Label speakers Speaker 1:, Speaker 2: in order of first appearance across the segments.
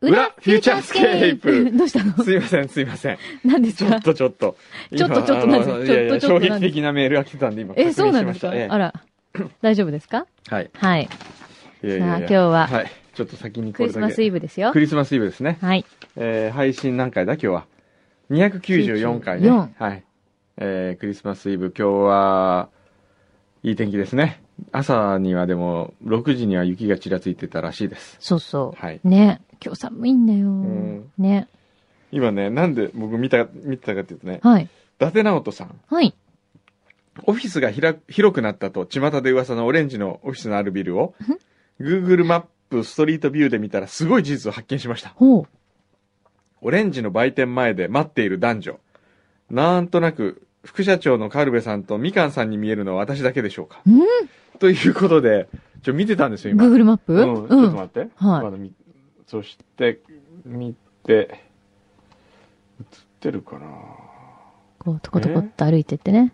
Speaker 1: 裏フューチャースケープ
Speaker 2: どうしたの
Speaker 1: すいません、すいません。
Speaker 2: 何です
Speaker 1: ちょ
Speaker 2: か
Speaker 1: っとちょっと。
Speaker 2: ちょっと
Speaker 1: 今
Speaker 2: ちょっと
Speaker 1: あの
Speaker 2: なんですか
Speaker 1: いやいや
Speaker 2: ちょっとちょ
Speaker 1: 衝
Speaker 2: っ
Speaker 1: 撃
Speaker 2: と
Speaker 1: 的なメールが来てたんで今確
Speaker 2: え、
Speaker 1: 認し
Speaker 2: そうなん
Speaker 1: ま
Speaker 2: です
Speaker 1: した。
Speaker 2: か、
Speaker 1: え
Speaker 2: あら。大丈夫ですか
Speaker 1: えはい。
Speaker 2: はい。
Speaker 1: いやいやいや
Speaker 2: さあ今日は
Speaker 1: はい。ちょっと先にこ
Speaker 2: ク
Speaker 1: れ
Speaker 2: リ
Speaker 1: だ
Speaker 2: ス
Speaker 1: け。
Speaker 2: マスイブですよ
Speaker 1: ク。リスマスイブですね。
Speaker 2: はい。
Speaker 1: えー配信何回だ今日は。294回ね。
Speaker 2: 94
Speaker 1: はい。えークリスマスイブ、今日は、いい天気ですね。朝にはでも、6時には雪がちらついてたらしいです。
Speaker 2: そうそ
Speaker 1: はい。
Speaker 2: う。ね。今日寒いんだよ
Speaker 1: ん。
Speaker 2: ね。
Speaker 1: 今ね、なんで僕見た、見てたかっていうとね、
Speaker 2: はい。
Speaker 1: 伊達直人さん。
Speaker 2: はい。
Speaker 1: オフィスがひら広くなったと、巷で噂のオレンジのオフィスのあるビルを、Google マップストリートビューで見たらすごい事実を発見しました。
Speaker 2: ほう。
Speaker 1: オレンジの売店前で待っている男女。なんとなく、副社長のカルベさんとみかんさんに見えるのは私だけでしょうか。
Speaker 2: ん
Speaker 1: ということで、ちょ、見てたんですよ、今。
Speaker 2: ?Google マップ
Speaker 1: うん、ちょっと
Speaker 2: ん。
Speaker 1: 待って。
Speaker 2: はい
Speaker 1: まだ見そして、見て、映ってるかな
Speaker 2: こう、トコトコっと歩いてってね。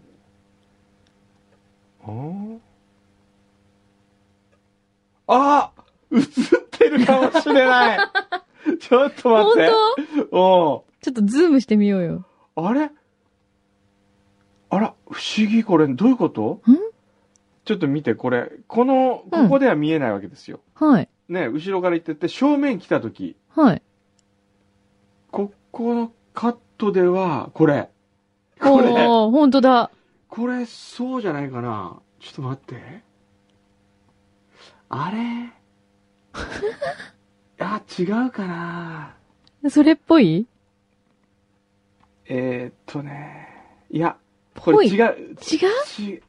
Speaker 1: あーあ映ってるかもしれ ないちょっと待
Speaker 2: 本
Speaker 1: って。
Speaker 2: 当
Speaker 1: お
Speaker 2: ちょっとズームしてみようよ。
Speaker 1: あれあら、不思議これ、どういうこと
Speaker 2: ん
Speaker 1: ちょっと見て、これ。この、ここでは見えないわけですよ。
Speaker 2: はい。
Speaker 1: ね、後ろから行ってって、正面来た時
Speaker 2: はい。
Speaker 1: ここのカットでは、これ。これ、
Speaker 2: おー、本当だ。
Speaker 1: これ、そうじゃないかな。ちょっと待って。あ れあ、違うかな。
Speaker 2: それっぽい
Speaker 1: えー、っとね。いや、こ
Speaker 2: ぽ
Speaker 1: れ
Speaker 2: い。
Speaker 1: 違
Speaker 2: 違う
Speaker 1: う。ち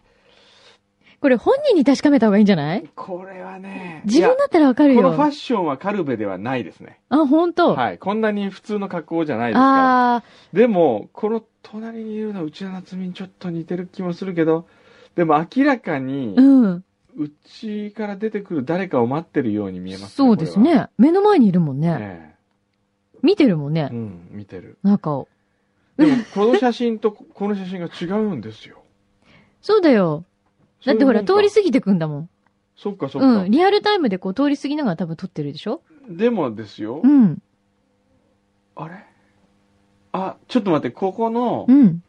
Speaker 2: これ本人に確かめた方がいいんじゃない
Speaker 1: これはね。
Speaker 2: 自分だったらわかる
Speaker 1: このファ
Speaker 2: よ。
Speaker 1: ッションはカルベではないですね。
Speaker 2: あ、本当。
Speaker 1: はい。こんなに普通の格好じゃないですから。
Speaker 2: あ
Speaker 1: でも、この隣にいるのは内田夏美にちょっと似てる気もするけど、でも明らかに
Speaker 2: ー、、うん。
Speaker 1: うちから出てくる誰かを待ってるように見えます
Speaker 2: そうです。ね。目の前にいるもん
Speaker 1: これは
Speaker 2: ね。
Speaker 1: え
Speaker 2: 見てるもん
Speaker 1: え
Speaker 2: ね
Speaker 1: う。ん、見てる。
Speaker 2: 中を。
Speaker 1: でも、この写真と ここの写真が違うんですよ。
Speaker 2: そうだよ。だってほら、
Speaker 1: そう
Speaker 2: 通
Speaker 1: いうもん
Speaker 2: り
Speaker 1: か
Speaker 2: 過ぎてくんだもん。
Speaker 1: そっかそっか
Speaker 2: う。ん。リアルタイムでこう通り過ぎながら多分撮ってるでしょ
Speaker 1: でもですよ
Speaker 2: う、ん。
Speaker 1: あれあ、ちょっと待って、ここの
Speaker 2: う、ん。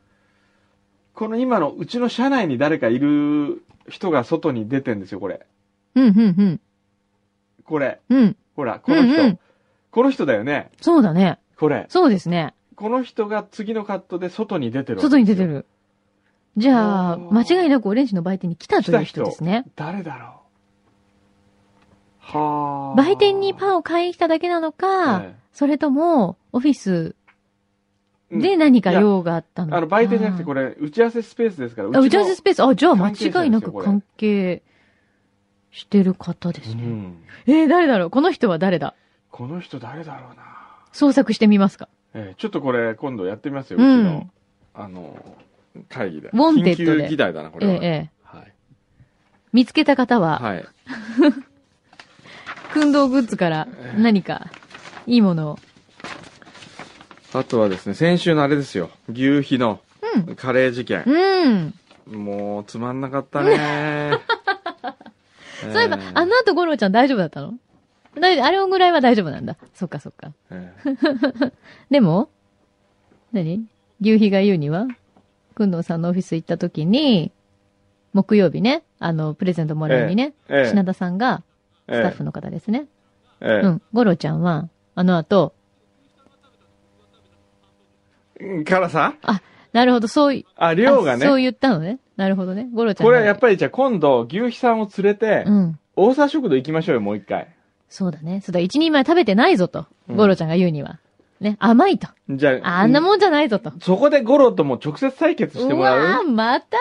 Speaker 1: この今のうちの車内に誰かいる人が外に出てんですよ、これ。
Speaker 2: うん、うん、
Speaker 1: これ。
Speaker 2: うん。うん。
Speaker 1: ほら、この人。
Speaker 2: うんうん
Speaker 1: この人だよね。
Speaker 2: そうだね。
Speaker 1: これ。
Speaker 2: そうですね。
Speaker 1: この人が次のカットで外に出てるわけですよ
Speaker 2: 外に出て。る。じゃあ、
Speaker 1: お
Speaker 2: 間
Speaker 1: ー
Speaker 2: 違いなくオレンジの売店に来た
Speaker 1: 来
Speaker 2: という人
Speaker 1: た人
Speaker 2: ですね。
Speaker 1: 誰だろう。はあ。
Speaker 2: 売店にパンを買いに来ただけなのか、
Speaker 1: え
Speaker 2: それとも、オフィス
Speaker 1: え
Speaker 2: で何か用があったのか。
Speaker 1: あの、売店じゃなくて、これ、打ち合わせスペースですから。
Speaker 2: あ打ち合わせ
Speaker 1: ス
Speaker 2: スペース。あ、じゃあ間
Speaker 1: 関係者ですよ
Speaker 2: 違いなく
Speaker 1: これ
Speaker 2: 関係してる方です
Speaker 1: う
Speaker 2: ね。
Speaker 1: ん。
Speaker 2: えー、誰だろうこの人は誰だ
Speaker 1: この人誰だろうな。
Speaker 2: 捜索してみますか。
Speaker 1: ええちょっとこれ、今度やってみますよ、う
Speaker 2: う
Speaker 1: ち
Speaker 2: ん
Speaker 1: の、あの、会議で。
Speaker 2: ウォンテッド
Speaker 1: 緊
Speaker 2: で
Speaker 1: 急議題だな、こ
Speaker 2: え
Speaker 1: れ
Speaker 2: え
Speaker 1: は。
Speaker 2: ええ
Speaker 1: はい。
Speaker 2: 見つけた方は、
Speaker 1: はい。
Speaker 2: 訓導グッズから何かいいものを。
Speaker 1: あとはですね、先週のあれですよ。牛皮の
Speaker 2: うん。
Speaker 1: カレー事件。
Speaker 2: うん。
Speaker 1: もう、つまんなかったね。
Speaker 2: そういえば、あの後、ゴロちゃん大丈夫だったのだいあれぐらいは大丈夫なんだ。そっかそっか。
Speaker 1: ええ
Speaker 2: でも、何牛皮が言うには、くんどうさんのオフィス行った時に、木曜日ね、あの、プレゼントもらいにね、
Speaker 1: え え
Speaker 2: 品田さんが、
Speaker 1: え
Speaker 2: スタッ
Speaker 1: え
Speaker 2: フの方ですね。
Speaker 1: え
Speaker 2: うん。ゴロちゃんは、あの後、
Speaker 1: えからさ、
Speaker 2: なるほど、そうい、
Speaker 1: あ、量が
Speaker 2: あそう
Speaker 1: ね、
Speaker 2: 言ったのね。なるほどね。ゴロちゃん
Speaker 1: これはやっ
Speaker 2: り。
Speaker 1: ぱりじゃあ今度、牛皮さんを連れて、
Speaker 2: うん。
Speaker 1: 大沢食堂行きましょうよ、もう一回。
Speaker 2: そうだね。そうだ、一人前食べてないぞと。
Speaker 1: うん
Speaker 2: ゴロちゃんが言うには。ね、甘いと。
Speaker 1: じゃあ、
Speaker 2: あんな
Speaker 1: う
Speaker 2: もんじゃないぞと。
Speaker 1: そこでゴロとも直接対決して
Speaker 2: う
Speaker 1: もら
Speaker 2: わ
Speaker 1: う
Speaker 2: ー、また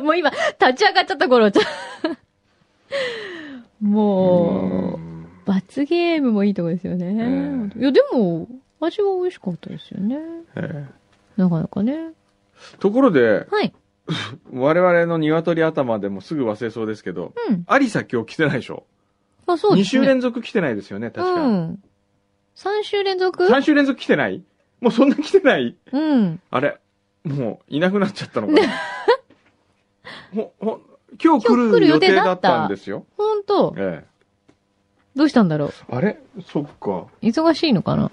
Speaker 2: もう今、立ち上がっちゃった、ゴロちゃん。 も
Speaker 1: ん
Speaker 2: う、罰ゲームもいいとこですよね。
Speaker 1: ええ
Speaker 2: いや、でも、味は美味しかったですよね。
Speaker 1: え
Speaker 2: なかなかね。
Speaker 1: えところで、
Speaker 2: はい。
Speaker 1: 我々の鶏頭でもすぐ忘れそうですけど、
Speaker 2: うん。
Speaker 1: アリサ今日来てないでしょ
Speaker 2: まあそう
Speaker 1: 二
Speaker 2: で
Speaker 1: 2
Speaker 2: すね。
Speaker 1: 週連続来てないですよね、確
Speaker 2: う
Speaker 1: か。
Speaker 2: ん。3週連続
Speaker 1: 三3週連続来てないもうそんな来てない
Speaker 2: うん。
Speaker 1: あれもういなくなっちゃったのかな ほ、ほ、今日来
Speaker 2: 今日来
Speaker 1: る
Speaker 2: る
Speaker 1: 予
Speaker 2: 予
Speaker 1: 定
Speaker 2: 定
Speaker 1: だ
Speaker 2: だ
Speaker 1: っ
Speaker 2: った
Speaker 1: たんですよ。
Speaker 2: ほんと。
Speaker 1: え
Speaker 2: どうしたんだろう
Speaker 1: え。あれそっか。
Speaker 2: 忙しいのかな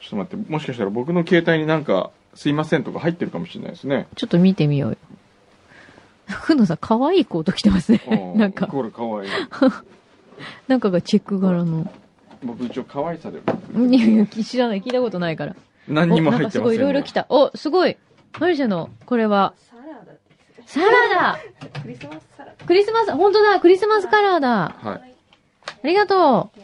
Speaker 1: ちょっと待って、もしかしたら僕の携帯になんか、すいませんとか入ってるかもしれないですね。
Speaker 2: ちょっと見てみようよ。福野さん、可愛いコート着てますね
Speaker 1: あ。ー
Speaker 2: なんか、
Speaker 1: これかわいい。
Speaker 2: 中がチェック柄の。
Speaker 1: 僕一応可愛さで。
Speaker 2: いやいや、知らない。聞いたことないから。
Speaker 1: 何にも入
Speaker 2: おなんか
Speaker 1: って
Speaker 2: す
Speaker 1: ま
Speaker 2: ご
Speaker 1: せ
Speaker 2: い、
Speaker 1: ん、
Speaker 2: いろいろ来た。お、すごい。マルシェの、これは。
Speaker 3: サラダです
Speaker 2: サラ
Speaker 3: クリスマスサラダ
Speaker 2: ダクリスマス、本当だクリスマスカラーだ
Speaker 1: はい。
Speaker 2: ありがとう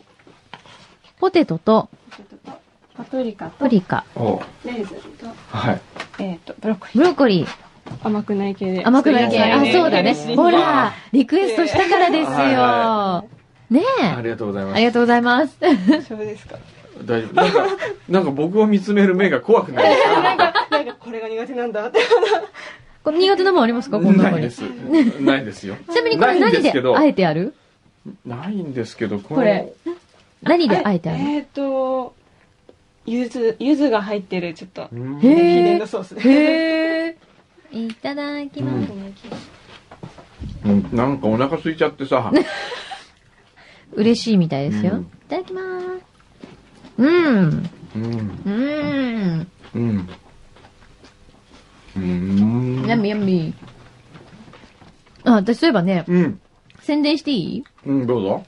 Speaker 2: ポテトと
Speaker 3: ちょっととパプリカと
Speaker 2: パプリカ、
Speaker 1: おう
Speaker 3: レーズンと,、
Speaker 1: はい。
Speaker 3: えー、とブロッコリ
Speaker 2: ブロッコリー、
Speaker 3: ー甘くない系で
Speaker 2: 甘くない系。
Speaker 1: そうですね
Speaker 2: あ、そうだね
Speaker 1: 嬉しい。
Speaker 2: ほら、リクエストしたからです
Speaker 1: はいは
Speaker 2: よ。ね
Speaker 1: あ
Speaker 2: え。
Speaker 1: りがとうございます。
Speaker 2: ありがとうございます。
Speaker 3: そうですか
Speaker 1: 大丈夫。なんか、なんか僕を見つめる目が怖くなる。
Speaker 3: なんかなんかこれが苦手なんだって
Speaker 2: これ苦手なもんありますかこんな
Speaker 1: な
Speaker 2: の
Speaker 1: いで
Speaker 2: に。
Speaker 1: す。ないですよ。
Speaker 2: ちなみにこれ
Speaker 1: ないんで
Speaker 2: 何
Speaker 1: す
Speaker 2: で
Speaker 1: けど
Speaker 2: あえてある
Speaker 1: ないんですけど、こ
Speaker 2: これ。何であえてある
Speaker 3: えっ、とゆずゆずが入ってるちょっと
Speaker 1: うん
Speaker 2: へ
Speaker 3: 秘
Speaker 2: ー
Speaker 3: 伝のソースで
Speaker 2: へえ。いただきます。
Speaker 1: うんなんかお腹空いちゃってさ。
Speaker 2: 嬉しいみたいですよ。
Speaker 1: うん
Speaker 2: いただきます。うん。
Speaker 1: うん。
Speaker 2: うん。
Speaker 1: うん。うん。
Speaker 2: やみやみ。あ、私そういえばね、
Speaker 1: うん。
Speaker 2: 宣伝していい
Speaker 1: うん、どうぞ。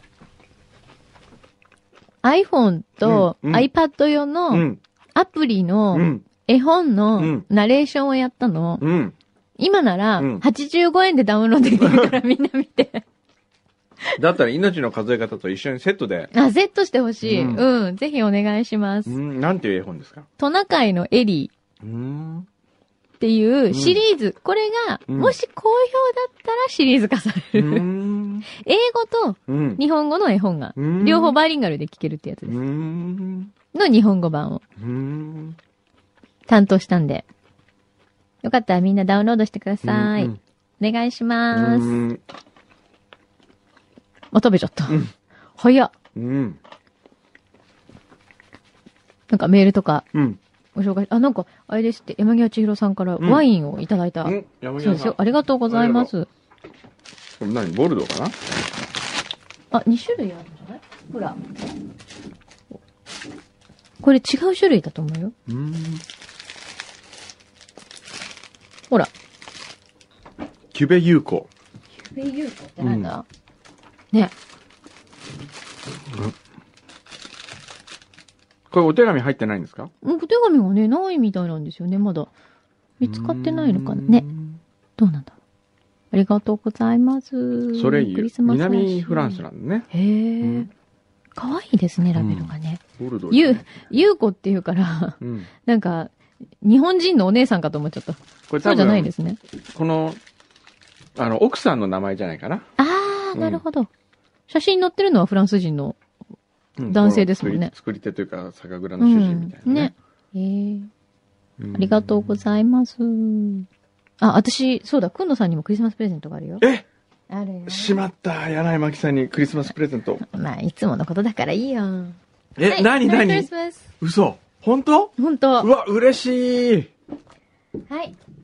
Speaker 2: ?iPhone と
Speaker 1: うんうん
Speaker 2: iPad 用の
Speaker 1: ん。
Speaker 2: アプリ
Speaker 1: う
Speaker 2: の
Speaker 1: ん。
Speaker 2: 絵
Speaker 1: う
Speaker 2: 本の
Speaker 1: ん
Speaker 2: ナレーションをやったの。
Speaker 1: うん。
Speaker 2: 今なら
Speaker 1: うん
Speaker 2: 85円でダウンロードできるからみんな見て。
Speaker 1: だったら命の数え方と一緒にセットで。
Speaker 2: あ、セットしてほしい。
Speaker 1: うん
Speaker 2: うん。ぜひお願いします
Speaker 1: う。ん、なんていう絵本ですか
Speaker 2: トナカイのエリー。
Speaker 1: うん。
Speaker 2: っていうシリーズ、これが、
Speaker 1: うん
Speaker 2: もし好評だったらシリーズ化さ
Speaker 1: う
Speaker 2: れる。
Speaker 1: ん。
Speaker 2: 英語と
Speaker 1: うん。
Speaker 2: 日本語の絵本が、
Speaker 1: うん
Speaker 2: 両方バイリンガルで聞けるってやつ
Speaker 1: う
Speaker 2: です。
Speaker 1: ん。
Speaker 2: の日本語版を
Speaker 1: うん。
Speaker 2: 担当したんで。よかったらみんなダウンロードしてください。
Speaker 1: うん
Speaker 2: お願いしま
Speaker 1: う
Speaker 2: す。も
Speaker 1: ん。
Speaker 2: う食べちゃった。
Speaker 1: うん
Speaker 2: 早っ。
Speaker 1: うん。
Speaker 2: なんかメールとか
Speaker 1: うん。
Speaker 2: ご紹介、あ、なんか、あれですって、山際千尋さんから
Speaker 1: うん
Speaker 2: ワインをいただいた。
Speaker 1: うん山
Speaker 2: そ
Speaker 1: 際
Speaker 2: うです
Speaker 1: さん
Speaker 2: よ。。ありがとうございます。
Speaker 1: これ何ボルドーかな
Speaker 2: あ、2種類あるんじゃないほら。これ違う種類だと思うよ。
Speaker 1: うん。
Speaker 2: ほら。
Speaker 1: キュベユーコ。
Speaker 2: フェイユーコってなんだ、ね。
Speaker 1: これお手紙入ってないんですか
Speaker 2: お手紙がね、ないみたいなんですよね、まだ。見つかってないのかな
Speaker 1: うん
Speaker 2: ね。。どうなんだろう。ありがとうございます。
Speaker 1: それ
Speaker 2: ク
Speaker 1: ゆ
Speaker 2: リ、スマスらしい
Speaker 1: 南フランスなんだね。
Speaker 2: へ
Speaker 1: う
Speaker 2: え
Speaker 1: ん。
Speaker 2: かわいいですね、ラベルがね。
Speaker 1: ボルドー。
Speaker 2: ゆう、ゆうこっていうから、
Speaker 1: うん。
Speaker 2: なんか、日本人のお姉さんかと思っちゃった。
Speaker 1: これ
Speaker 2: そ
Speaker 1: 多
Speaker 2: うじゃない
Speaker 1: 分
Speaker 2: で、すね。
Speaker 1: この、あの、奥さんの名前じゃないかな。
Speaker 2: あ
Speaker 1: う
Speaker 2: ー、
Speaker 1: ん
Speaker 2: なるほど。写真載ってるのはフランス人の。
Speaker 1: うん
Speaker 2: 男性ですもんね
Speaker 1: この作り作り手というか、酒蔵
Speaker 2: う
Speaker 1: の主人み
Speaker 2: ん
Speaker 1: たい。な。
Speaker 2: ね。。えー。
Speaker 1: あ
Speaker 2: ありがとうご
Speaker 1: い
Speaker 2: ざいます。あ、私、そうだ、くんのさんにもクリスマスプレゼントがあるよ。
Speaker 1: え
Speaker 2: あるよ。
Speaker 1: しまった。柳井真紀さんにクリスマスプレゼント。
Speaker 2: まあ、いつものことだからいいよ。は
Speaker 1: え、
Speaker 2: い
Speaker 1: なにな
Speaker 2: メリークリ
Speaker 1: に
Speaker 2: スマス。
Speaker 1: 嘘本当
Speaker 2: 本当
Speaker 1: う
Speaker 2: は
Speaker 1: わ、嬉しい。
Speaker 2: い。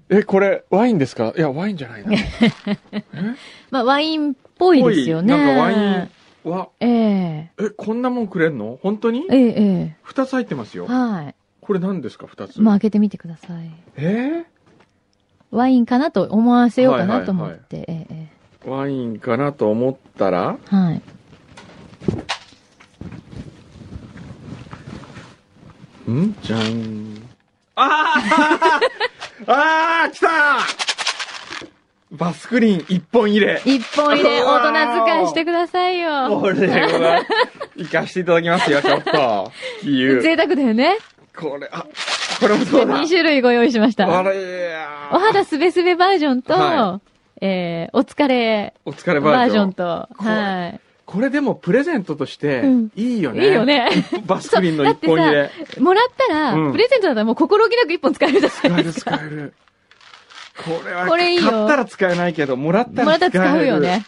Speaker 1: え、これ、ワインですかいや、ワインじゃない な。
Speaker 2: まあ、ワインっぽいですよね。
Speaker 1: ぽいなんかワイン、わ、
Speaker 2: ええ
Speaker 1: え、こんなもんくれんの本当に
Speaker 2: えええ
Speaker 1: 二つ入ってますよ
Speaker 2: え。は
Speaker 1: これ何ですか二つ。
Speaker 2: い。まあ、開けてみてください。
Speaker 1: え
Speaker 2: ワインかなと思わせようかなと思って。えええ
Speaker 1: ーワインかなと思ったら、
Speaker 2: えはい。
Speaker 1: んじゃん。あー あー来たバスクリーン一本入れ。
Speaker 2: 一本入れ、
Speaker 1: うわー
Speaker 2: 大人使いしてくださいよ。
Speaker 1: これは、行かしていただきます よ、ちょっと。キユ。
Speaker 2: 贅沢だよね。
Speaker 1: これ、あ、これもそうだ
Speaker 2: 2。種類ご用意しました。
Speaker 1: あれや
Speaker 2: お肌すべすべバージョンと、
Speaker 1: は
Speaker 2: えー、お疲れ
Speaker 1: お疲れ
Speaker 2: バ
Speaker 1: バ
Speaker 2: ー
Speaker 1: ー
Speaker 2: ジ
Speaker 1: ジ
Speaker 2: ョ
Speaker 1: ョ
Speaker 2: ン
Speaker 1: ン。
Speaker 2: と、
Speaker 1: これ
Speaker 2: は
Speaker 1: これでもプレゼントとして
Speaker 2: うん、
Speaker 1: いいよ
Speaker 2: い。
Speaker 1: ね。
Speaker 2: いいよ。ね。
Speaker 1: バスクリーンの一本入れ。
Speaker 2: もらったら、
Speaker 1: うん
Speaker 2: プレゼントだったらもう心置きなく一本使えるじゃ
Speaker 1: 使
Speaker 2: な
Speaker 1: え
Speaker 2: いで
Speaker 1: る
Speaker 2: すか。
Speaker 1: 使える。これは、
Speaker 2: これいいよ
Speaker 1: 買ったら使えないけど、もらった
Speaker 2: もら
Speaker 1: ら
Speaker 2: っ
Speaker 1: 使
Speaker 2: た
Speaker 1: え
Speaker 2: ら
Speaker 1: る。
Speaker 2: 使うよね。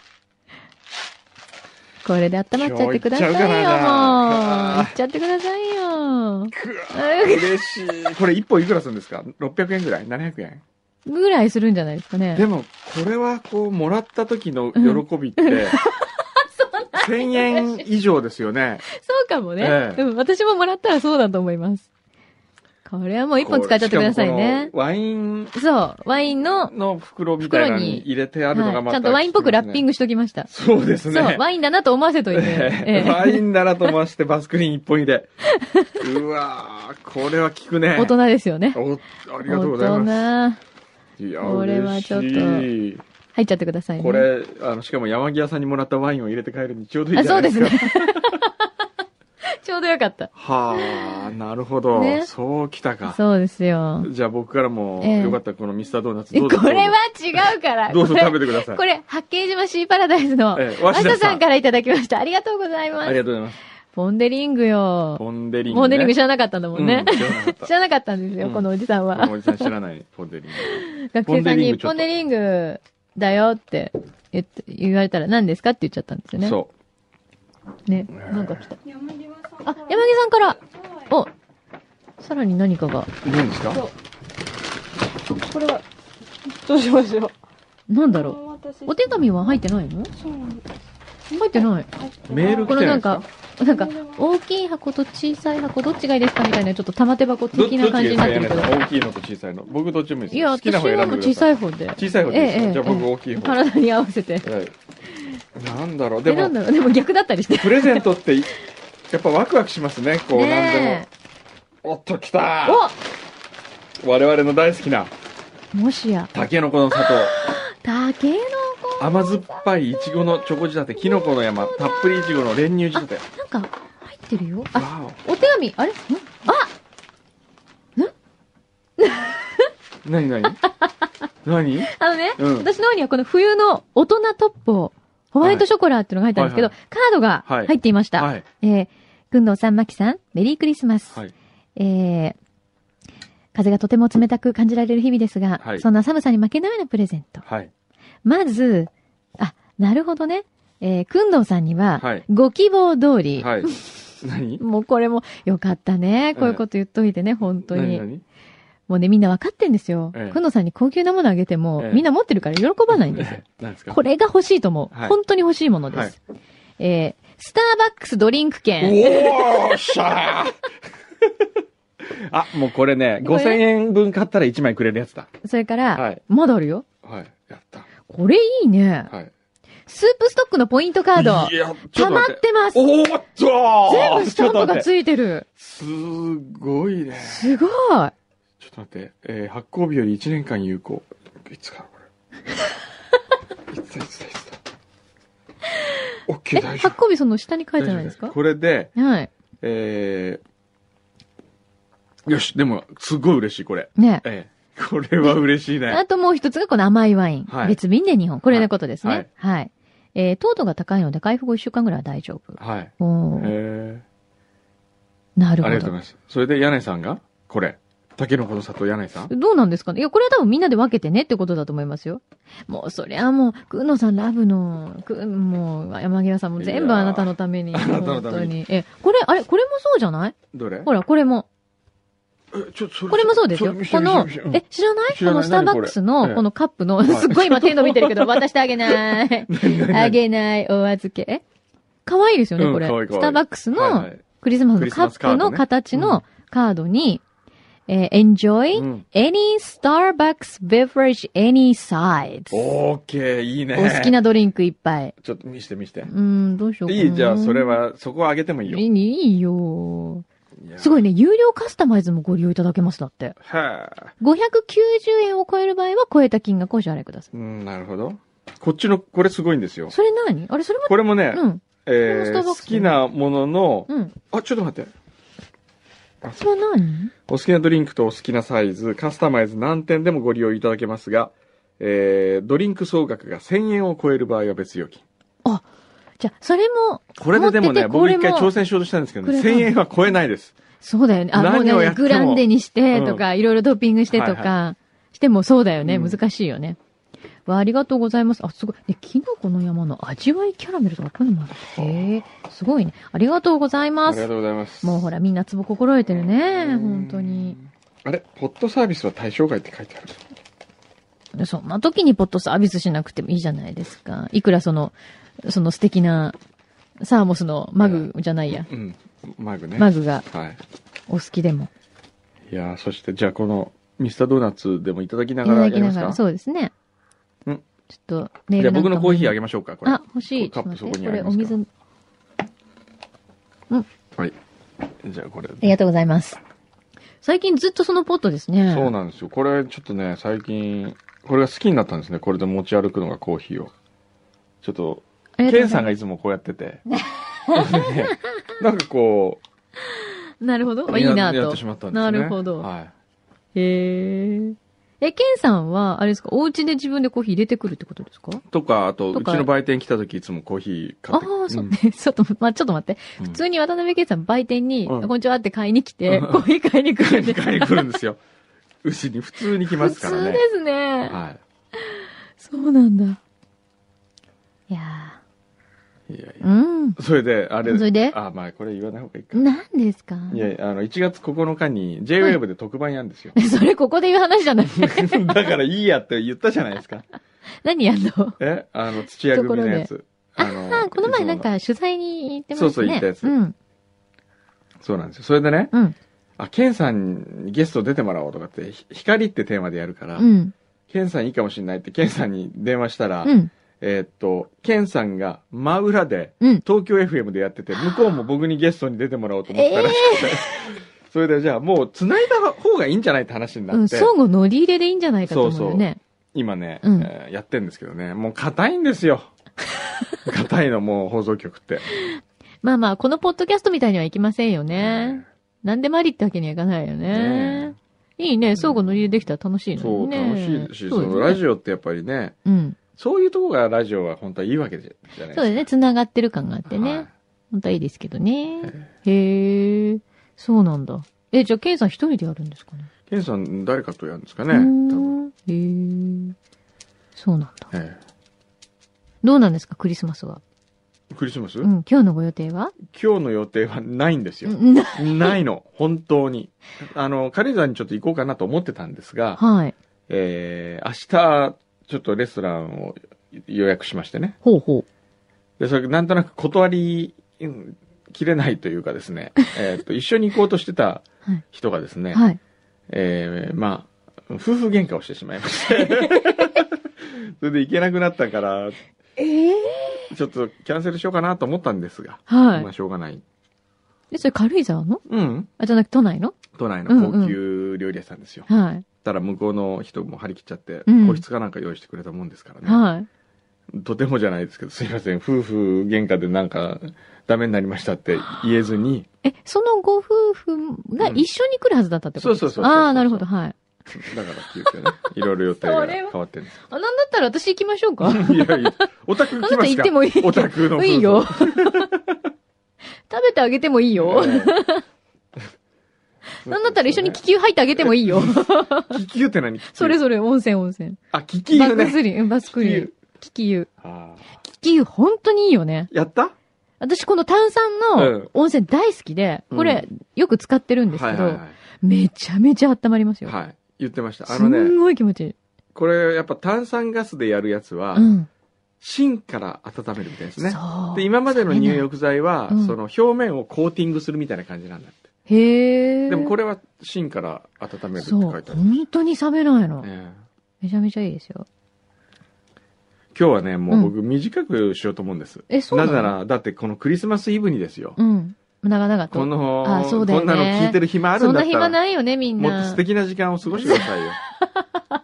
Speaker 2: これで温まっちゃってくださいよ、もう。
Speaker 1: 今日行っちゃうかな
Speaker 2: 行っちゃってくださいよ。
Speaker 1: くわ。嬉しい。これ一本いくらするんですか ?600 円ぐらい ?700 円
Speaker 2: ぐらいするんじゃないですかね。
Speaker 1: でも、これはこう、もらった時の喜び って、1000円以上ですよね。
Speaker 2: そうかもね、
Speaker 1: ええ
Speaker 2: うん。私ももらったらそうだと思います。これはもう一本使っちゃってくださいね
Speaker 1: こうしかも。このワイン
Speaker 2: そう。ワインの、
Speaker 1: の袋みたいなのに入れてあるのが
Speaker 2: はい
Speaker 1: ま
Speaker 2: ち
Speaker 1: た、
Speaker 2: ゃんとワインっぽくラッピン
Speaker 1: グ。
Speaker 2: グしときました。
Speaker 1: そうですね。
Speaker 2: そう。ワインだなと思わせといて。ええ
Speaker 1: ワインならと回してバスクリーン一本入れ。うわー、これは効くね。
Speaker 2: 大人ですよね。
Speaker 1: おありがとうございます。
Speaker 2: 大人。
Speaker 1: いや、
Speaker 2: これはちょっと
Speaker 1: 嬉しい
Speaker 2: 入っちゃってくださいね。
Speaker 1: これ、あの、しかも山際さんにもらったワインを入れて帰るにちょうどいい
Speaker 2: あ、
Speaker 1: じゃな
Speaker 2: そう
Speaker 1: いで
Speaker 2: です
Speaker 1: か。
Speaker 2: すね。ちょうどよかった。
Speaker 1: はあ、なるほど。
Speaker 2: ね
Speaker 1: そうきたか。
Speaker 2: そうですよ。
Speaker 1: じゃあ僕からも、
Speaker 2: ええ
Speaker 1: よかったらこのミスタードーナツ
Speaker 2: え
Speaker 1: どうぞ。
Speaker 2: これは違うから。
Speaker 1: どうぞ
Speaker 2: これ
Speaker 1: 食べてください。
Speaker 2: これ、八景島シーパラダイスの、
Speaker 1: ええ
Speaker 2: わ
Speaker 1: 鷲田
Speaker 2: ささんからいただきました。ありがとうございま
Speaker 1: ありが
Speaker 2: す。
Speaker 1: とうございます。
Speaker 2: ポンデリングよ。
Speaker 1: ポンデリング、ね。
Speaker 2: ポンデリング知らなかったんだもんね
Speaker 1: う。ん知らなかった
Speaker 2: 知らなかったんですよ、
Speaker 1: うん
Speaker 2: このおじさん
Speaker 1: この
Speaker 2: は。
Speaker 1: おじさん知らない、ポンデリング。
Speaker 2: 学生さんに、
Speaker 1: ポ
Speaker 2: ポ
Speaker 1: ン
Speaker 2: ン
Speaker 1: デ
Speaker 2: デリングだよって言って言われたら何ですかって言っちゃったんですよね。。
Speaker 1: そう
Speaker 2: ね。なんか来た。
Speaker 3: 山際さんから。
Speaker 2: あ、山木さんから、
Speaker 3: はい
Speaker 2: お、さらに何かが、
Speaker 1: う。何ですか
Speaker 3: これは、どうしましょう。
Speaker 2: なんだろう。お手紙は入っててないの
Speaker 3: そうなんです。
Speaker 2: 入ってない。
Speaker 3: 入ってない
Speaker 1: メール来
Speaker 2: こ
Speaker 1: て
Speaker 2: の
Speaker 1: な
Speaker 2: ないん
Speaker 1: ですか
Speaker 2: か、なんか、大きい箱と小さい箱、どっちがいいですかみたいな、ちょっと玉手箱
Speaker 1: どどっち
Speaker 2: 的な
Speaker 1: が
Speaker 2: 感じ
Speaker 1: いい
Speaker 2: に
Speaker 1: です
Speaker 2: な
Speaker 1: か
Speaker 2: っ
Speaker 1: や
Speaker 2: て
Speaker 1: めた
Speaker 2: るけど。
Speaker 1: 大きいのと小さいの。僕どっちでもいいです
Speaker 2: いや、
Speaker 1: 好き
Speaker 2: 私
Speaker 1: な方選
Speaker 2: なん
Speaker 1: ん
Speaker 2: か
Speaker 1: でくだ
Speaker 2: 小
Speaker 1: さ
Speaker 2: さ
Speaker 1: い。
Speaker 2: い方で。
Speaker 1: 小さい方でいいですか、
Speaker 2: ええええ
Speaker 1: じゃあ僕大きい方。は
Speaker 2: 体に合わせて。
Speaker 1: い。なんだろう。で
Speaker 2: え、な
Speaker 1: も
Speaker 2: ん、だろう、でも逆だったりして。
Speaker 1: プレゼントって、やっぱワクワクしますね。こう、なんで
Speaker 2: ね
Speaker 1: も。おっと、来
Speaker 2: え。
Speaker 1: た
Speaker 2: お
Speaker 1: 我々の大好きな、
Speaker 2: もしや、
Speaker 1: タケノコの里。
Speaker 2: タケノコ。
Speaker 1: 甘酸っぱいイチゴのチョコ仕立て、キノコの山、たっぷりイチゴの練乳仕立て。
Speaker 2: なんか、入ってるよ。あ、
Speaker 1: わ
Speaker 2: お手紙、あれんあ
Speaker 1: お。なになに何
Speaker 2: あのね、
Speaker 1: うん
Speaker 2: 私の方にはこの冬の大人トップを、ホワイトショコラっていうのが入ったんですけど、
Speaker 1: は
Speaker 2: カードが入っていました。
Speaker 1: はい。
Speaker 2: えー、くんどうさん、まきさん、メリークリスマス。
Speaker 1: はい。
Speaker 2: えー、風がとても冷たく感じられる日々ですが、
Speaker 1: はい
Speaker 2: そんな寒さに負けないようなプレゼント。
Speaker 1: はい。
Speaker 2: まず、あ、なるほどね。えー、くんどうさんには、
Speaker 1: はい
Speaker 2: ご希望通り、
Speaker 1: はい。何
Speaker 2: もうこれもよかったね。こういうこと言っといてね、本当
Speaker 1: 何
Speaker 2: に。
Speaker 1: 何
Speaker 2: もうね、みんなわかってんですよ。
Speaker 1: ええ
Speaker 2: くんどうさんに高級なものあげても、
Speaker 1: ええ
Speaker 2: みんな持ってるから喜ばないんですよ。
Speaker 1: 何ですか
Speaker 2: これが欲しいと思う。
Speaker 1: はい
Speaker 2: 本当に欲しいものです。えー、スターバックスドリンク券。
Speaker 1: おーっしゃーあ、もうこれね、
Speaker 2: これ
Speaker 1: 5000円分買ったら1枚くれるやつだ。
Speaker 2: それから、
Speaker 1: はい
Speaker 2: まだあるよ。
Speaker 1: はい。やった。
Speaker 2: これいいね。
Speaker 1: はい。
Speaker 2: スープストックのポイントカード。
Speaker 1: いや、ちょっと
Speaker 2: 溜まっ
Speaker 1: 待って。
Speaker 2: てます。
Speaker 1: おーっとー
Speaker 2: 全部スタ
Speaker 1: ちょ
Speaker 2: ンプが
Speaker 1: っと待って
Speaker 2: ついてる。
Speaker 1: すごいね。
Speaker 2: すごい。
Speaker 1: ちょっと待って、えー発行日より1年間有効。いつからこれ。いつだいつだいつだ。
Speaker 2: え、
Speaker 1: OK、大丈
Speaker 2: 発
Speaker 1: 夫。
Speaker 2: 行日その下に書いてないです
Speaker 1: 大丈夫
Speaker 2: か
Speaker 1: これで、
Speaker 2: はい。
Speaker 1: えー、よし、でも、すごい嬉しい、これ。
Speaker 2: ね。
Speaker 1: ええこれは嬉しいね
Speaker 2: あ。ともう一つがこの甘いワイン。
Speaker 1: はい
Speaker 2: 別瓶で日本。これのことです
Speaker 1: はい
Speaker 2: ね。はい。えー、糖度が高いので回復後1週間ぐらいは大丈夫。
Speaker 1: はい。
Speaker 2: おー
Speaker 1: え
Speaker 2: な
Speaker 1: ー、
Speaker 2: る
Speaker 1: あ
Speaker 2: ほ
Speaker 1: りがとうございます。それで、柳井さんが、これ。竹の子の里、柳井さん。
Speaker 2: ど。どうなんですかねいや、これは多分みんなで分けてねってことだと思いますよ。もう、そりゃもう、くんのさんラブの、くん、もう、山際さんも全
Speaker 1: い
Speaker 2: 部
Speaker 1: やー
Speaker 2: あなたのために。
Speaker 1: あなたのために
Speaker 2: 本当に。え、これ、あれ、これもそうじゃない
Speaker 1: どれ
Speaker 2: ほら、これも。
Speaker 1: えちょっとそれ
Speaker 2: これもそうです よ。
Speaker 1: れ見せて
Speaker 2: この
Speaker 1: 見せて見せ、て
Speaker 2: え、知らない
Speaker 1: 知
Speaker 2: こ
Speaker 1: らない
Speaker 2: のスターバックス
Speaker 1: 何これ
Speaker 2: の、このカップの、すっごい今手伸びてるけど、渡してあげ ない。
Speaker 1: うん
Speaker 2: あげない、お預け。え可愛いですよね、
Speaker 1: うん
Speaker 2: これ。
Speaker 1: 可愛い可愛い
Speaker 2: スターバックス
Speaker 1: はいは
Speaker 2: の
Speaker 1: い
Speaker 2: クリスマスのカップの形のカードに、えー enjoy
Speaker 1: うん、
Speaker 2: any Starbucks beverage any size. お
Speaker 1: オーケー、いいね。
Speaker 2: 好きなドリンクいっぱい。
Speaker 1: ちょっと見して見して
Speaker 2: う。ん、どうしようかな。
Speaker 1: いい、じゃあそれ。は、そこは上げてもいいよ。
Speaker 2: いいよ。す
Speaker 1: い
Speaker 2: ごいね、有料カスタマイズもご利用いただけます、だって。
Speaker 1: や。はあ。
Speaker 2: 590円を超える場合は超えた金額をお支払いくださ
Speaker 1: うん、なるほど。こっちの、これすごいんですよ
Speaker 2: い。。それ何あれ、それも、
Speaker 1: これもね、
Speaker 2: うん、
Speaker 1: え
Speaker 2: スタ
Speaker 1: ー、
Speaker 2: ーバ
Speaker 1: 好
Speaker 2: ックス
Speaker 1: きなものの、
Speaker 2: うん。
Speaker 1: あ、ちょっと待って。
Speaker 2: それは何
Speaker 1: お好きなドリンクとお好きなサイズ、カスタマイズ何点でもご利用いただけますが、えー、ドリンク総額が1000円を超える場合は別料金。
Speaker 2: じゃあ、それも、
Speaker 1: これででもね、
Speaker 2: 持っててこ
Speaker 1: 僕
Speaker 2: れ
Speaker 1: 一
Speaker 2: も
Speaker 1: 回挑戦しようとしたんですけど、
Speaker 2: こ
Speaker 1: ね、
Speaker 2: れが
Speaker 1: 1000円は超えないです。
Speaker 2: そうだよね。あ、もう
Speaker 1: 何をや
Speaker 2: ね、
Speaker 1: っても
Speaker 2: グランデにしてとか、いろいろドッピングしてとか、
Speaker 1: はい
Speaker 2: してもそうだよね。
Speaker 1: うん
Speaker 2: 難しいよね。わあ、ありがとうございます。あ、すごい。ね、キノコの山の味わいキャラメルとかこういうのもある。へえ、すごいね。ありがとうござい
Speaker 1: あ
Speaker 2: ま
Speaker 1: りが
Speaker 2: す。
Speaker 1: とうございます。
Speaker 2: もうほら、みんなツボ心得てるね。本当に。。
Speaker 1: あれ、ポットサービスは対象外って書いてある。
Speaker 2: そんな時にポットサービスしなくてもいいじゃないですか。いくらその、その素敵なサーモスのマグじゃないや。
Speaker 1: うん。マグね。
Speaker 2: マグが
Speaker 1: はい。
Speaker 2: お好きでも。
Speaker 1: いやーそして、じゃあこの、ミスタードーナツでもいただきないが
Speaker 2: た
Speaker 1: らや
Speaker 2: だき
Speaker 1: りま
Speaker 2: な
Speaker 1: す
Speaker 2: がら。
Speaker 1: か
Speaker 2: そうですね。
Speaker 1: うん
Speaker 2: ちょっと、メー
Speaker 1: じゃあ
Speaker 2: ルなんか
Speaker 1: 僕
Speaker 2: も
Speaker 1: のコーヒーあげましょうか、これ。
Speaker 2: あ、欲しい。
Speaker 1: カップ
Speaker 2: ちょっと待って
Speaker 1: そこにあります
Speaker 2: こ
Speaker 1: か
Speaker 2: れお水、
Speaker 1: はい。じゃあこれ。
Speaker 2: ありがとうございます。最近ずっとそのポットですね。
Speaker 1: そうなんですよ。これちょっとね、最近、これが好きになったんですね。これで持ち歩くのがコーヒーを。ちょっと、
Speaker 2: ありがと
Speaker 1: ケ
Speaker 2: うご
Speaker 1: ン
Speaker 2: ざ
Speaker 1: さ
Speaker 2: い
Speaker 1: ん
Speaker 2: ま
Speaker 1: がいつもこうやって て。ねなんかこ
Speaker 2: す。なるほど。
Speaker 1: う、
Speaker 2: あいい
Speaker 1: や
Speaker 2: な
Speaker 1: やっ
Speaker 2: と
Speaker 1: てし。まったんですね。
Speaker 2: なるほど
Speaker 1: はい。
Speaker 2: へえ。え、ケンさんは、あれですか、お家で自分でコーヒー入れてくるってことですか
Speaker 1: とか、あと、
Speaker 2: と
Speaker 1: う
Speaker 2: か
Speaker 1: ちの売店来た時いつもコーヒー買
Speaker 2: あ
Speaker 1: って。
Speaker 2: あ、そう
Speaker 1: うん
Speaker 2: ね。ちょっと、ま、ちょっと待って。
Speaker 1: うん
Speaker 2: 普通に渡辺圭さん売店に、
Speaker 1: うん
Speaker 2: こんにちはって買いに来て、
Speaker 1: うん
Speaker 2: コーヒー買いに来る
Speaker 1: 買
Speaker 2: ん
Speaker 1: い
Speaker 2: で
Speaker 1: に
Speaker 2: す。
Speaker 1: 買いに来るんですよ。うちに普通に来ま
Speaker 2: 普
Speaker 1: すから
Speaker 2: 通
Speaker 1: ね
Speaker 2: で。すね。
Speaker 1: は
Speaker 2: そうなんだ。いや
Speaker 1: い。いやい
Speaker 2: ー
Speaker 1: や。
Speaker 2: うん。
Speaker 1: それで、あれ、
Speaker 2: それで
Speaker 1: あ、まあこれ言わない方がいいか。
Speaker 2: 何ですか
Speaker 1: いや、あの、1月9日に JWAVE で特番やんですよ。
Speaker 2: それここで言う話じゃない。
Speaker 1: だからいいやって言ったじゃないですか。
Speaker 2: 何やんの
Speaker 1: えあの、土屋組のやつ。あの
Speaker 2: あ、この前なん。か取材に行ってました
Speaker 1: そ
Speaker 2: ね。
Speaker 1: うそう行ったやつ
Speaker 2: うん。
Speaker 1: そうなんですよ。それでね、
Speaker 2: うん。
Speaker 1: あ、ケンさんにゲスト出てもらおうとかって、ひ光ってテーマでやるから、
Speaker 2: うん。
Speaker 1: ケンさんいいかもしれないって、ケンさんに電話したら、
Speaker 2: うん。
Speaker 1: えーっと、ケンさんが真裏で、
Speaker 2: うん。
Speaker 1: 東京 FM でやってて、向こうも僕にゲストに出てもらおうと思ったらしくて、 それでじゃあもう繋いだ方がいいんじゃないって話にな
Speaker 2: う
Speaker 1: っ
Speaker 2: ん、
Speaker 1: て、
Speaker 2: 相互乗り入れでいいんじゃないかと思うよね。
Speaker 1: 今ね、
Speaker 2: うん
Speaker 1: えーやってんですけどね、もう硬いんです よ。硬いのもう放送局って。
Speaker 2: まあまあ、このポッドキャストみたいにはいきませんよね。何でもありってわけにはいかないよ
Speaker 1: ね
Speaker 2: ね。いいね。相互乗り入れできたら楽しいの
Speaker 1: そ
Speaker 2: に
Speaker 1: う、
Speaker 2: ね。
Speaker 1: 楽しいし、そ
Speaker 2: そ
Speaker 1: う
Speaker 2: です
Speaker 1: の
Speaker 2: ね
Speaker 1: ラジオってやっぱりね、
Speaker 2: うん。
Speaker 1: そういうとこがラジオは本当はいいわけじゃじゃないですか。
Speaker 2: そうですね。繋がってる感があって
Speaker 1: は
Speaker 2: ね
Speaker 1: い。。
Speaker 2: 本当はいいですけどね。へえ。そうなんだ。え、じゃあ、ケンさん一人でやるんですかね
Speaker 1: ケンさん誰かとやるんですか
Speaker 2: う
Speaker 1: ね、
Speaker 2: ー
Speaker 1: 多分。
Speaker 2: んへえ。そうなんだ。
Speaker 1: え
Speaker 2: どうなんですか、クリスマスは。
Speaker 1: えクリスマス、
Speaker 2: うん、今日のご予定は
Speaker 1: 今日の予定はないんですよ。
Speaker 2: うんな
Speaker 1: ないの、本当に。あの、軽井沢にちょっと行こうかなと思ってたんですが、
Speaker 2: はい。
Speaker 1: えー、明日、ちょっとレストランを予約しましてね。
Speaker 2: ほうほ
Speaker 1: で、それなんとなく断り、うんきれないというかです ね、えっと、一緒に行こうとしてた人がですね、
Speaker 2: う。はい。
Speaker 1: えー、まあ、夫婦喧嘩をしてしまいま して。それで行けなくなったから、
Speaker 3: ええ
Speaker 1: ちょっとキャンセルしようかなと思ったんですが、ま
Speaker 2: は
Speaker 1: あしょうがない。
Speaker 2: い。え、それ軽井沢の
Speaker 1: うん。
Speaker 2: あ、じゃなくて都内の
Speaker 1: 都内の高級料理屋さんですよ。
Speaker 2: はい。
Speaker 1: たら向こうの人も張り切っちゃって、
Speaker 2: うん
Speaker 1: 個室かなんか用意してくれたもんですからね。
Speaker 2: はい。
Speaker 1: とてもじゃないですけど、すいません、夫婦喧嘩でなんかダメになりましたって言えずに、
Speaker 2: え、そのご夫婦が一緒に来るはずだったってことですか、
Speaker 1: うんそうそうそうそう
Speaker 2: ああ、なるほど、はい。
Speaker 1: だから急遽ね、いろいろ予定が変わってるんです
Speaker 2: あ、なんだったら私行きましょうかあ
Speaker 1: けど。いやいや、オタク
Speaker 2: な
Speaker 1: 来
Speaker 2: た
Speaker 1: ます
Speaker 2: 行っ
Speaker 1: か
Speaker 2: てもいい。
Speaker 1: オタクの夫婦。
Speaker 2: いいよ。 食べてあげてもいいよ。なんだったら一緒に気球入ってあげてもい いよ。
Speaker 1: 気球って何気球
Speaker 2: それぞれ温泉温泉。
Speaker 1: あ、気球
Speaker 2: バック
Speaker 1: ね。
Speaker 2: スリー、うんバスクリー
Speaker 1: 気
Speaker 2: ン。気球。
Speaker 1: あー
Speaker 2: 気球、本当にいいよね。
Speaker 1: やった
Speaker 2: 私この炭酸
Speaker 1: うん
Speaker 2: の温泉大好きで、これよく使ってるんですけ
Speaker 1: はいはい
Speaker 2: ど
Speaker 1: は、
Speaker 2: めちゃめちゃ温まります
Speaker 1: い。
Speaker 2: よ。
Speaker 1: はい。言ってました。あ
Speaker 2: す
Speaker 1: の
Speaker 2: ん
Speaker 1: ね、
Speaker 2: ごい気持ちいい。
Speaker 1: これやっぱ炭酸ガスでやるやつは
Speaker 2: う、ん。
Speaker 1: 芯から温めるみたいですね。
Speaker 2: そう。
Speaker 1: で、今までの入浴剤は、
Speaker 2: うん
Speaker 1: その表面をコーティングするみたいな感じなんだって。
Speaker 2: へえ。
Speaker 1: でもこれは芯から温めるって
Speaker 2: そ
Speaker 1: 書
Speaker 2: う。
Speaker 1: いてある。
Speaker 2: 本当に冷めないの。
Speaker 1: ええ
Speaker 2: めちゃめちゃいいですよ。
Speaker 1: 今日はね、もう僕短くしようと思うんです。
Speaker 2: え、そう
Speaker 1: な
Speaker 2: なの
Speaker 1: ぜなら、だってこのクリスマスイブにですよ。
Speaker 2: うん。長々と。
Speaker 1: この、
Speaker 2: あそうだ
Speaker 1: こ
Speaker 2: よ
Speaker 1: ん
Speaker 2: ね
Speaker 1: なの聞いてる暇ある
Speaker 2: そ
Speaker 1: ん
Speaker 2: ん
Speaker 1: だ
Speaker 2: な
Speaker 1: ったら。
Speaker 2: 暇ないよね、みん
Speaker 1: も
Speaker 2: な。
Speaker 1: っと素敵な時間を過ごしてくだ さいよ。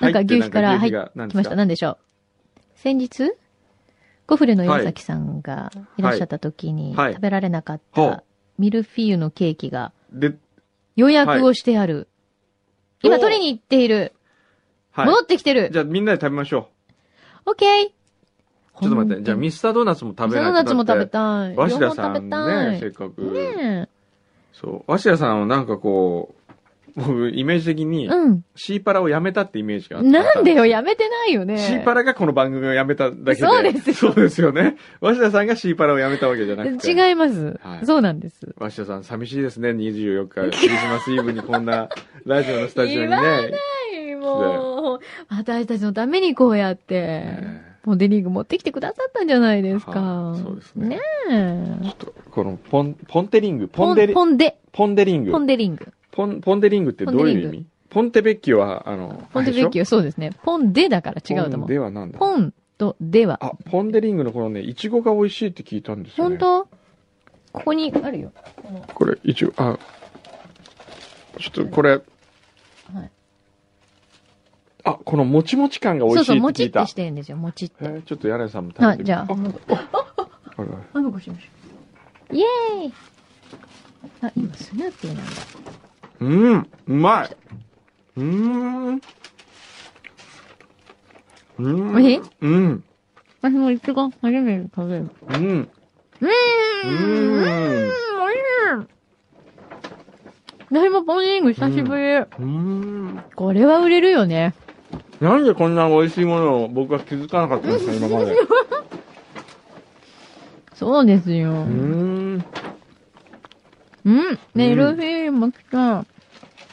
Speaker 2: なんか牛皮から
Speaker 1: 入っ
Speaker 2: 入
Speaker 1: て
Speaker 2: っ
Speaker 1: なんか牛皮が
Speaker 2: てきま
Speaker 1: 何で
Speaker 2: した。
Speaker 1: すか
Speaker 2: なんでしょう。先日、ゴフレの岩崎さんがいらっしゃった時に
Speaker 1: はい
Speaker 2: 食べられなかっ
Speaker 1: ほう
Speaker 2: たミルフィーユのケーキが
Speaker 1: で、
Speaker 2: 予約をしてある。今取りに行っている。
Speaker 1: はい。
Speaker 2: 戻ってきてる。
Speaker 1: じゃあみんなで食べましょ
Speaker 2: オッケー。ち
Speaker 1: う。ちょっと待って。じゃあミスタードーナツも食べない
Speaker 2: ドーナツも食べ
Speaker 1: た
Speaker 2: たい。
Speaker 1: バシ
Speaker 2: 両
Speaker 1: ラ
Speaker 2: 方
Speaker 1: さ
Speaker 2: 食
Speaker 1: ん
Speaker 2: べた
Speaker 1: ね、せ
Speaker 2: い。
Speaker 1: っかく。
Speaker 2: ね
Speaker 1: そう。鷲田さんはなんかこう、僕、イメージ的
Speaker 2: え。
Speaker 1: に、
Speaker 2: うん。
Speaker 1: シーパラをやめたってイメージがあった。
Speaker 2: なんでよ、やめてないよね。
Speaker 1: シーパラがこの番組をやめただけで。
Speaker 2: そうですよ
Speaker 1: そうですよね。鷲田さんがシーパラをやめたわけじゃなくて。う。
Speaker 2: 違います、
Speaker 1: はい
Speaker 2: そうなんです。
Speaker 1: 鷲田さん、寂しいですね。24日、クリスマスイブにこんなラジオのスタジオにね、
Speaker 2: 言わもう、私たちのためにこうやって、
Speaker 1: ね
Speaker 2: ポンデリング持ってきてくださったんじゃないですか。
Speaker 1: はいそうですね
Speaker 2: ねえ
Speaker 1: ちょっと、このポン、ポンテリング、ポ
Speaker 2: ポ
Speaker 1: ンデ
Speaker 2: ン、
Speaker 1: リ、
Speaker 2: ポンデ、
Speaker 1: ポンデリング
Speaker 2: ポ。ンデリング。
Speaker 1: ポン、ポンデリングってどういう意
Speaker 2: ポンデリ
Speaker 1: 味ポンテベッキオは、あの、
Speaker 2: ポンデベッキ
Speaker 1: オ
Speaker 2: オ、そうですね。ポンデだから違うと思う。
Speaker 1: ではなんだ
Speaker 2: ポンとデは。
Speaker 1: あ、ポンデリングのこのね、いちごが美味しいって聞いたんですよ、
Speaker 2: 本
Speaker 1: ね。
Speaker 2: 当ここにあるよ。この
Speaker 1: これ、いちご、あ、ちょっとこれ、
Speaker 2: はい
Speaker 1: あ、このもちもち感が美
Speaker 2: そう
Speaker 1: 味し
Speaker 2: そ、
Speaker 1: いうっ
Speaker 2: も
Speaker 1: て
Speaker 2: ち
Speaker 1: 聞
Speaker 2: っ
Speaker 1: いた。
Speaker 2: てしてるんですよ、もちっ
Speaker 1: え
Speaker 2: て。
Speaker 1: ーちょっと柳井さんも食べて
Speaker 2: は
Speaker 1: みて
Speaker 2: い、じゃあ、
Speaker 1: ああら
Speaker 2: あの子しましょう。イエーイあ、今、スヌーピーなんだ。
Speaker 1: うん、うまいうーん。うーん。
Speaker 2: え
Speaker 1: うん。
Speaker 2: 私もいちご初めて食べる。
Speaker 1: うん。
Speaker 2: う
Speaker 1: うん
Speaker 2: ーうーん、
Speaker 1: ーん。
Speaker 2: おいしい私もポンデリング久しぶり。
Speaker 1: うーん。
Speaker 2: これは売れるよね。
Speaker 1: なんでこんな美味しいものを僕は気づかなかったんですか、今まで。う
Speaker 2: そうですよ
Speaker 1: ー。ん。ん
Speaker 2: うん、メルフィーユも来た。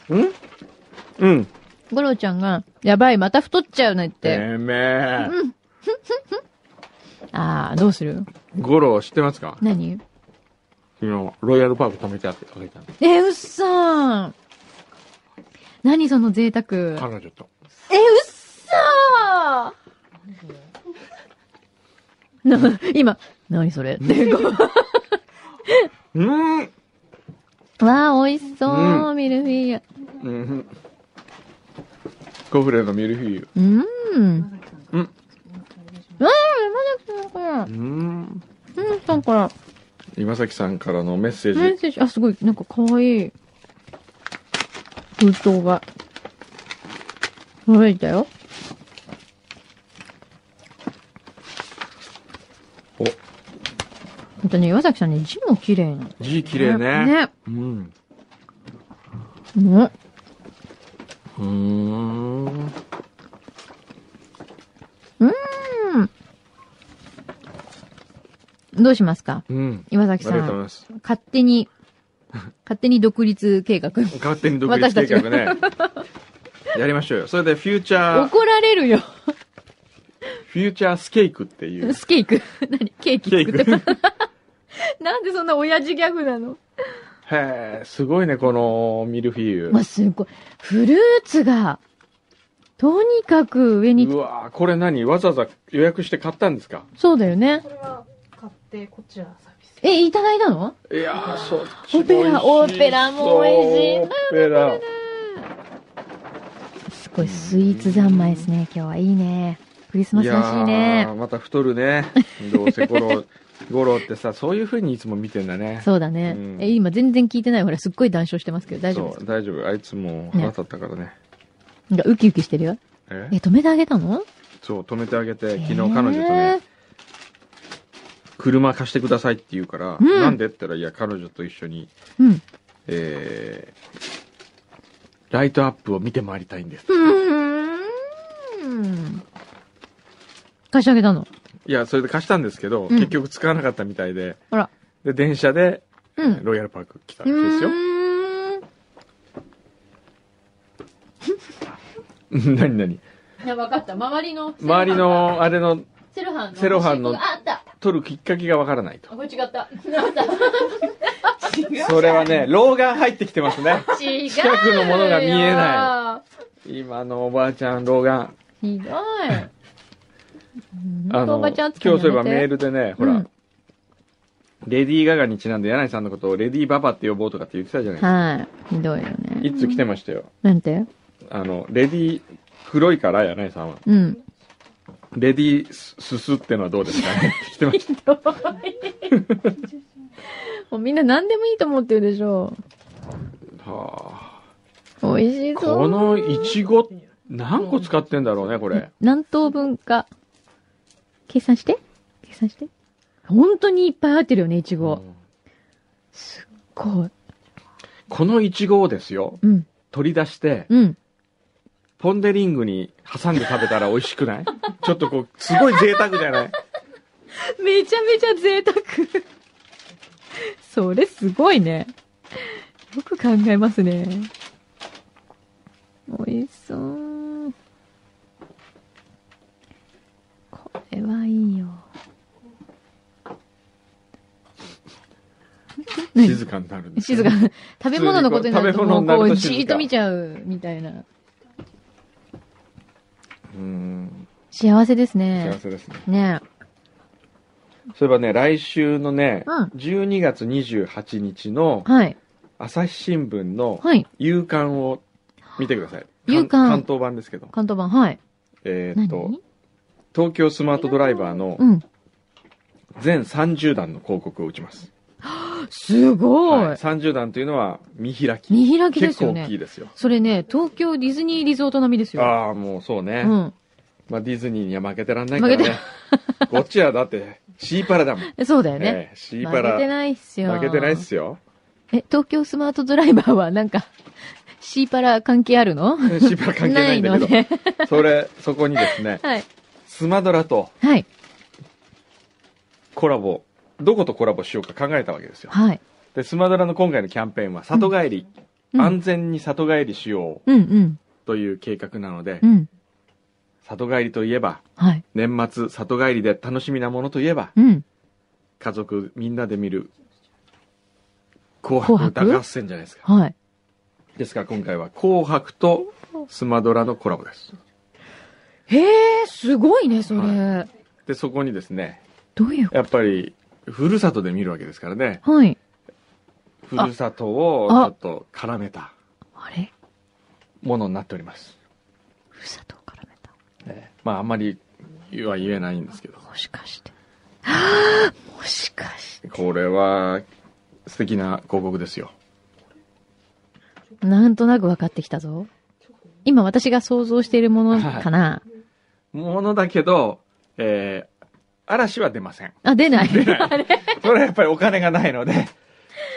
Speaker 1: うん。
Speaker 2: ゴロちゃんが、やばい、また太っちゃうねって。
Speaker 1: てめえ。
Speaker 2: あー、どうする
Speaker 1: ゴロ知ってますか
Speaker 2: 何
Speaker 1: 昨日、ロイヤルパーク止めてあって、あげたの。
Speaker 2: えー、うっさー何その贅沢。
Speaker 1: 彼女と。
Speaker 2: えー、うっさー な、今、何それって。こ
Speaker 1: うーん。
Speaker 2: う わあ、美味しそう、
Speaker 1: う
Speaker 2: ミルフィーユ。
Speaker 1: うん。コフレのミルフィーユ。
Speaker 2: うーん。う
Speaker 1: う
Speaker 2: ん。
Speaker 1: ん
Speaker 2: うん、山崎さんから
Speaker 1: う。ーん。
Speaker 2: うん、さんから。
Speaker 1: 今崎さんからのメッセ
Speaker 2: メ
Speaker 1: ー
Speaker 2: ッ
Speaker 1: ジ。
Speaker 2: セージ、あ、すごい、なんか可愛い。封筒が。届いたよ。
Speaker 1: お、
Speaker 2: 本当に岩崎さんね、字も綺麗なの。
Speaker 1: 字綺麗ね。
Speaker 2: ね。
Speaker 1: うん。
Speaker 2: ね。
Speaker 1: うーん。
Speaker 2: どうしますか
Speaker 1: うん。
Speaker 2: 岩
Speaker 1: あ
Speaker 2: 崎
Speaker 1: りが
Speaker 2: さ
Speaker 1: とうござい
Speaker 2: ん。
Speaker 1: ます。
Speaker 2: 勝手に、勝手に独立計画。
Speaker 1: 勝手に独立計画ね。やりましょうよ。それで、フューチャー、
Speaker 2: 怒られるよ。
Speaker 1: フューチャースケークっていう。
Speaker 2: スケーク。何ケーキ
Speaker 1: ケ
Speaker 2: 作って
Speaker 1: ーク。
Speaker 2: なんでそんな親父ギャグなの
Speaker 1: へえ、すごいね、このミルフィーユ
Speaker 2: まあ、。すごい。フルーツが、とにかく上に
Speaker 1: う、わーこれ何わざわざ予約して買ったんですか
Speaker 2: そうだよね
Speaker 3: こ。れは買って、こっちはサービス。
Speaker 2: え、いただいたの
Speaker 1: いやー、そっち
Speaker 2: オペラ
Speaker 1: も美味しそう
Speaker 2: オペラも美味しい
Speaker 1: オペラ。
Speaker 2: すごい、スイーツ三昧ですね。今日はいいね。クリスマスらしい
Speaker 1: いや
Speaker 2: ね
Speaker 1: ー。また太るね。どうせゴロ、ゴロってさ、 そういう風にいつも見てんだね。
Speaker 2: そうだね
Speaker 1: う。ん
Speaker 2: え、今全然聞いてない。ほら、すっごい談笑してますけど、大丈夫
Speaker 1: そ
Speaker 2: です
Speaker 1: う、大丈夫。あいつも腹立ったからね。
Speaker 2: なんかウキウキしてるよ。
Speaker 1: え
Speaker 2: え、止めてあげたの
Speaker 1: そう、止めてあげて、
Speaker 2: え
Speaker 1: 昨
Speaker 2: ー
Speaker 1: 日彼女とね、車貸してくださいって言うから、
Speaker 2: うん
Speaker 1: なんでって言ったら、いや、彼女と一緒に、
Speaker 2: うん。
Speaker 1: えー、ライトアップを見て回りたいんです。
Speaker 2: うーん。貸してあげたの。
Speaker 1: いや、それで貸したんですけど、
Speaker 2: ん
Speaker 1: 結局使わなかったみたいで、
Speaker 2: ほら。
Speaker 1: で、電車で、
Speaker 2: うん。う
Speaker 1: ロイヤルパーク来たんですよ。
Speaker 2: ーん。
Speaker 1: 何何
Speaker 2: いや、わかった。周りの。
Speaker 1: 周り。の、あれの、
Speaker 2: セロハンの。
Speaker 1: セロハンの
Speaker 2: あった。
Speaker 1: 撮るきっかけがわからないと。
Speaker 2: あ、これ違った。あった。
Speaker 1: それはね、老眼入ってきてますね。
Speaker 2: 違う。。
Speaker 1: 近くのものが見えない 今のおばあちゃん、老眼。
Speaker 2: ひどい。
Speaker 1: あの、
Speaker 2: おば
Speaker 1: 今
Speaker 2: ちゃん
Speaker 1: 日そういえばメー
Speaker 2: ル。
Speaker 1: ルでね、ほら、
Speaker 2: うん
Speaker 1: レディー・ガガにちなんで柳井さんのことをレディー・ババって呼ぼうとかって言ってたじゃないですか。
Speaker 2: はい。ひどいよね。
Speaker 1: いつ来てましたよ。
Speaker 2: なんて
Speaker 1: あの、レディー、黒いから柳井さんは。
Speaker 2: うん。
Speaker 1: レディース・ススってのはどうですか ね来てました。
Speaker 2: もうみんな何でもいいと思ってるでしょ
Speaker 1: はあ、
Speaker 2: う。美味しそう。
Speaker 1: このイチゴ、何個使ってんだろうね、これ。
Speaker 2: 何等分か。計算して計算して本当にいっぱい入ってるよね、いち
Speaker 1: う
Speaker 2: ご。
Speaker 1: ん
Speaker 2: すっごい。
Speaker 1: このイチゴをですよ、
Speaker 2: うん。
Speaker 1: 取り出して、
Speaker 2: うん。
Speaker 1: ポンデリングに挟んで食べたら美味しくない ちょっとこう、すごい贅沢じゃない
Speaker 2: めちゃめちゃ贅沢。それすごいね。よく考えますね。美味しそう。れはいいよ。何
Speaker 1: 静かになるんですよ
Speaker 2: 静か。食べ物のことになると、
Speaker 1: 食べ
Speaker 2: も
Speaker 1: 物
Speaker 2: う
Speaker 1: になる
Speaker 2: ことう、
Speaker 1: 静
Speaker 2: じ
Speaker 1: か
Speaker 2: ーっと見ちゃう、みたいな。
Speaker 1: うん。
Speaker 2: 幸せです
Speaker 1: 幸
Speaker 2: ね。
Speaker 1: せですね。
Speaker 2: ねえ。
Speaker 1: そういえばね、来週のね、
Speaker 2: うん
Speaker 1: 12月28日の
Speaker 2: はい。
Speaker 1: 朝日新聞の
Speaker 2: はい。
Speaker 1: 夕刊を見てください。
Speaker 2: 夕刊
Speaker 1: 関東版ですけど。
Speaker 2: 関東版、はい。
Speaker 1: えーっと、
Speaker 2: 何
Speaker 1: 東京スマートドライバーの
Speaker 2: うん。
Speaker 1: 全30段の広告を打ちます。
Speaker 2: すご
Speaker 1: はいい、。30段というのは見開き。
Speaker 2: 見開きで
Speaker 1: 結
Speaker 2: すよ
Speaker 1: 構大
Speaker 2: ね
Speaker 1: き。いですよ。
Speaker 2: それね、東京ディズニーリゾート並みですよ。
Speaker 1: ああ、もうそうね。
Speaker 2: うん。
Speaker 1: まあディズニーには負けてらんないから
Speaker 2: 負け
Speaker 1: ね。 こっちはだって、シーパラだもん。
Speaker 2: えそうだよ ね。
Speaker 1: ええシー
Speaker 2: 負
Speaker 1: パ
Speaker 2: けて
Speaker 1: ラ。
Speaker 2: ないっすよ。
Speaker 1: 負けてないっすよ。
Speaker 2: え、東京スマートドライバーはなんか、 シーパラ関係あるの
Speaker 1: シーパラ関係ないんだけ
Speaker 2: の
Speaker 1: ど。
Speaker 2: で。
Speaker 1: それ、そこにですね、
Speaker 2: はい。
Speaker 1: スマドラと
Speaker 2: はい。
Speaker 1: コラボ、どことコラボしようか考えたわけですよ。
Speaker 2: はい。
Speaker 1: で、スマドラの今回のキャンペーンは、里帰り、
Speaker 2: うん
Speaker 1: 安全に里帰りしよう
Speaker 2: うんうん。
Speaker 1: という計画なので、
Speaker 2: うん。
Speaker 1: 里帰りといえば、
Speaker 2: はい。
Speaker 1: 年末、里帰りで楽しみなものといえば、
Speaker 2: うん。
Speaker 1: 家族みんなで見る、紅白
Speaker 2: 紅白
Speaker 1: 歌合戦じゃないですか。
Speaker 2: はい。
Speaker 1: ですから今回は、紅白とスマドラのコラボです。
Speaker 2: へえ、すごいね、それ。
Speaker 1: で、そこにですね、
Speaker 2: どういうこ
Speaker 1: やっぱり、ふるさとで見るわけですからね、
Speaker 2: とはい。
Speaker 1: ふるさとをちょっと絡めた
Speaker 2: あれ
Speaker 1: ものになっております。
Speaker 2: ふるさとを絡めた。
Speaker 1: まあ、あんまり言うは言えないんですけど、
Speaker 2: もしかして。はあもしかし
Speaker 1: これは、素敵な広告ですよ。
Speaker 2: て。なんとなく分かってきたぞ。今私が想像しているものかな。
Speaker 1: ものだけど、えー、嵐は出ません。
Speaker 2: あ、出ない。
Speaker 1: 出ないそれはやっぱりお金がないの で、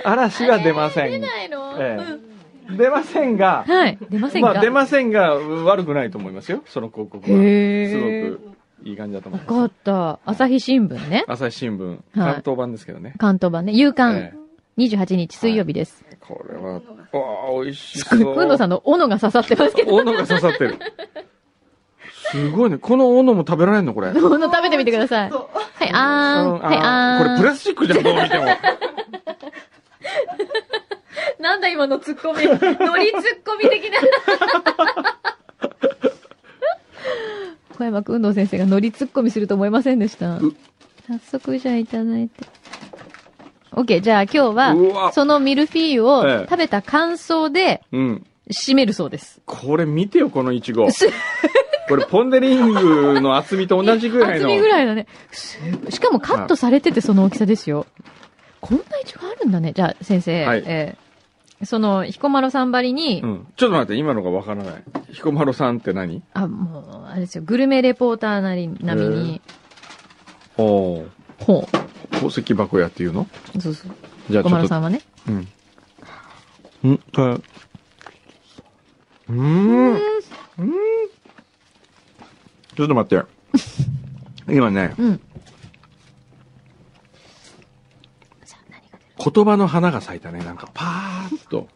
Speaker 1: 嵐は出ません。
Speaker 2: 出ないの、
Speaker 1: ええ
Speaker 2: うん
Speaker 1: 出ませんが、
Speaker 2: はい。出ませんか、
Speaker 1: まあ出ませんが、悪くないと思いますよ、その広告は。
Speaker 2: へ
Speaker 1: すご
Speaker 2: え。
Speaker 1: くいい感じだと思い
Speaker 2: わか
Speaker 1: ま
Speaker 2: っ
Speaker 1: す。
Speaker 2: た。朝日新聞ね。
Speaker 1: 朝日新聞、関東版ですけどね。
Speaker 2: 関東版ね。夕
Speaker 1: え
Speaker 2: 刊。28日水曜日です。
Speaker 1: えこれは、ああ、美味し
Speaker 2: すご
Speaker 1: そ。
Speaker 2: いうくんどさんの斧が刺さってますけど。
Speaker 1: 斧が刺さってる。すごいね。この斧も食べられんのこれ。うん
Speaker 2: 斧食べてみてください。はい、あーん。はい、あ
Speaker 1: あーこ
Speaker 2: ーん。
Speaker 1: れプラスチックじゃん、どう見ても。
Speaker 2: なんだ今のツッコミ。 ノリツッコミ的な。 小山くんどう先生がノリツッコミすると思いませんでした
Speaker 1: う。
Speaker 2: 早速じゃあいただいて。OK, じゃあ今日
Speaker 1: う
Speaker 2: は、
Speaker 1: わ
Speaker 2: そのミルフィー
Speaker 1: え
Speaker 2: ユを
Speaker 1: え
Speaker 2: 食べた感想で
Speaker 1: うん。
Speaker 2: 締めるそうです。
Speaker 1: これ見てよ、このイチゴ。
Speaker 2: す
Speaker 1: これポンデリングの厚みと同じぐらい
Speaker 2: 厚
Speaker 1: の。
Speaker 2: みぐらいだね。すしかもカットされててその大きさですよ。こんなイチゴあるんだね。じゃあ先生、
Speaker 1: はい
Speaker 2: えーその、彦摩呂さんばりに、
Speaker 1: うん。ちょっと待って、今のがわからない。彦摩呂さんって何
Speaker 2: あ、もう、あれですよ、グルメレポーターなり、並みに、
Speaker 1: おー
Speaker 2: ほう、
Speaker 1: 宝石箱屋っていうの
Speaker 2: そうそう、
Speaker 1: じゃあ
Speaker 2: 彦
Speaker 1: ちょっ
Speaker 2: 摩呂さ
Speaker 1: と。
Speaker 2: んはね。
Speaker 1: うん。うん、あうーん。うん。ちょっと待って。今ね、
Speaker 2: うん。さあ、何が出る
Speaker 1: 言葉の花が咲いたね。なんかパーッと。